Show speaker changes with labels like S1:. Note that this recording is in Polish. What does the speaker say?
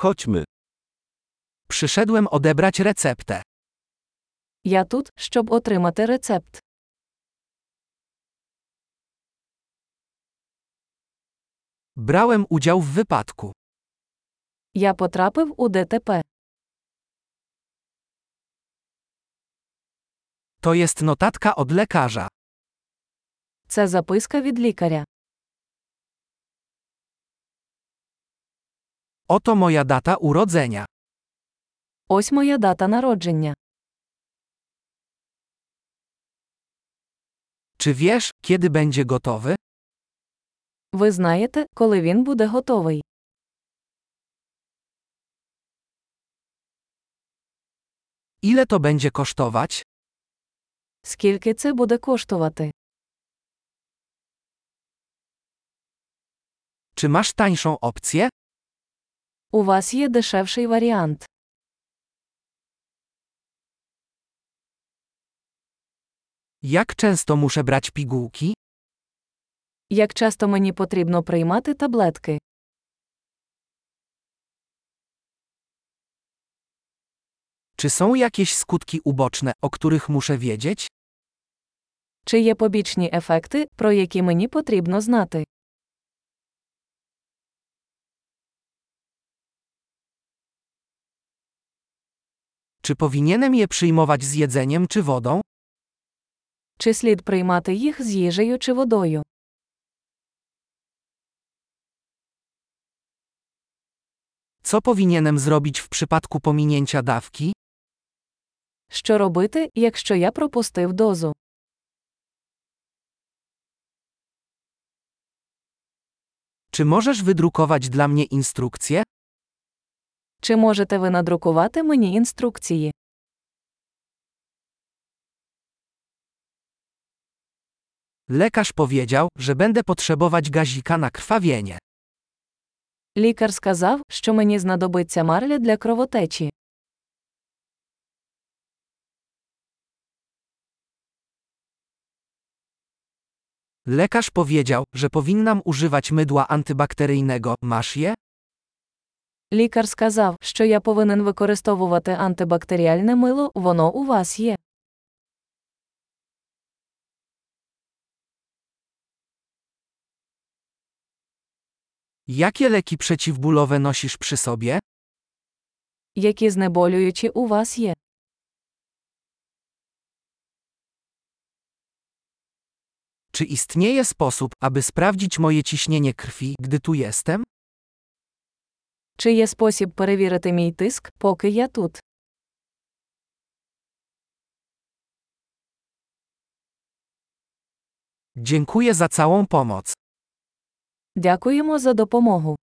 S1: Chodźmy. Przyszedłem odebrać receptę.
S2: Я тут, щоб отримати рецепт.
S1: Brałem udział w wypadku.
S2: Я потрапив у ДТП.
S1: To jest notatka od lekarza.
S2: Це записка від лікаря.
S1: Oto moja data urodzenia.
S2: Ось моя дата народження.
S1: Czy wiesz, kiedy będzie gotowy?
S2: Ви знаєте, коли він буде готовий.
S1: Ile to będzie kosztować?
S2: Скільки це буде коштувати?
S1: Czy masz tańszą opcję?
S2: У вас є дешевший варіант.
S1: Jak często muszę brać pigułki?
S2: Як часто мені потрібно приймати таблетки?
S1: Czy są jakieś skutki uboczne, o których muszę wiedzieć?
S2: Чи є побічні ефекти, про які мені потрібно знати?
S1: Czy powinienem je przyjmować z jedzeniem czy wodą?
S2: Чи слід приймати їх з їжею чи водою?
S1: Co powinienem zrobić w przypadku pominięcia dawki?
S2: Що робити, якщо я пропустив дозу?
S1: Czy możesz wydrukować dla mnie instrukcję?
S2: Чи можете ви надрукувати мені інструкції?
S1: Lekarz powiedział, że będę potrzebować gazika na krwawienie.
S2: Лікар сказав, що мені знадобиться марля для кровотечі.
S1: Lekarz powiedział, że powinnam używać mydła antybakteryjnego. Masz je?
S2: Лікар сказав, що я повинен використовувати антибактеріальне мило, воно у вас є.
S1: Jakie leki przeciwbólowe nosisz przy sobie?
S2: Які знеболюючі у вас є?
S1: Czy istnieje sposób, aby sprawdzić moje ciśnienie krwi, gdy tu jestem?
S2: Чи є спосіб перевірити мій тиск, поки я тут?
S1: Dziękuję za całą pomoc.
S2: Дякуємо за допомогу.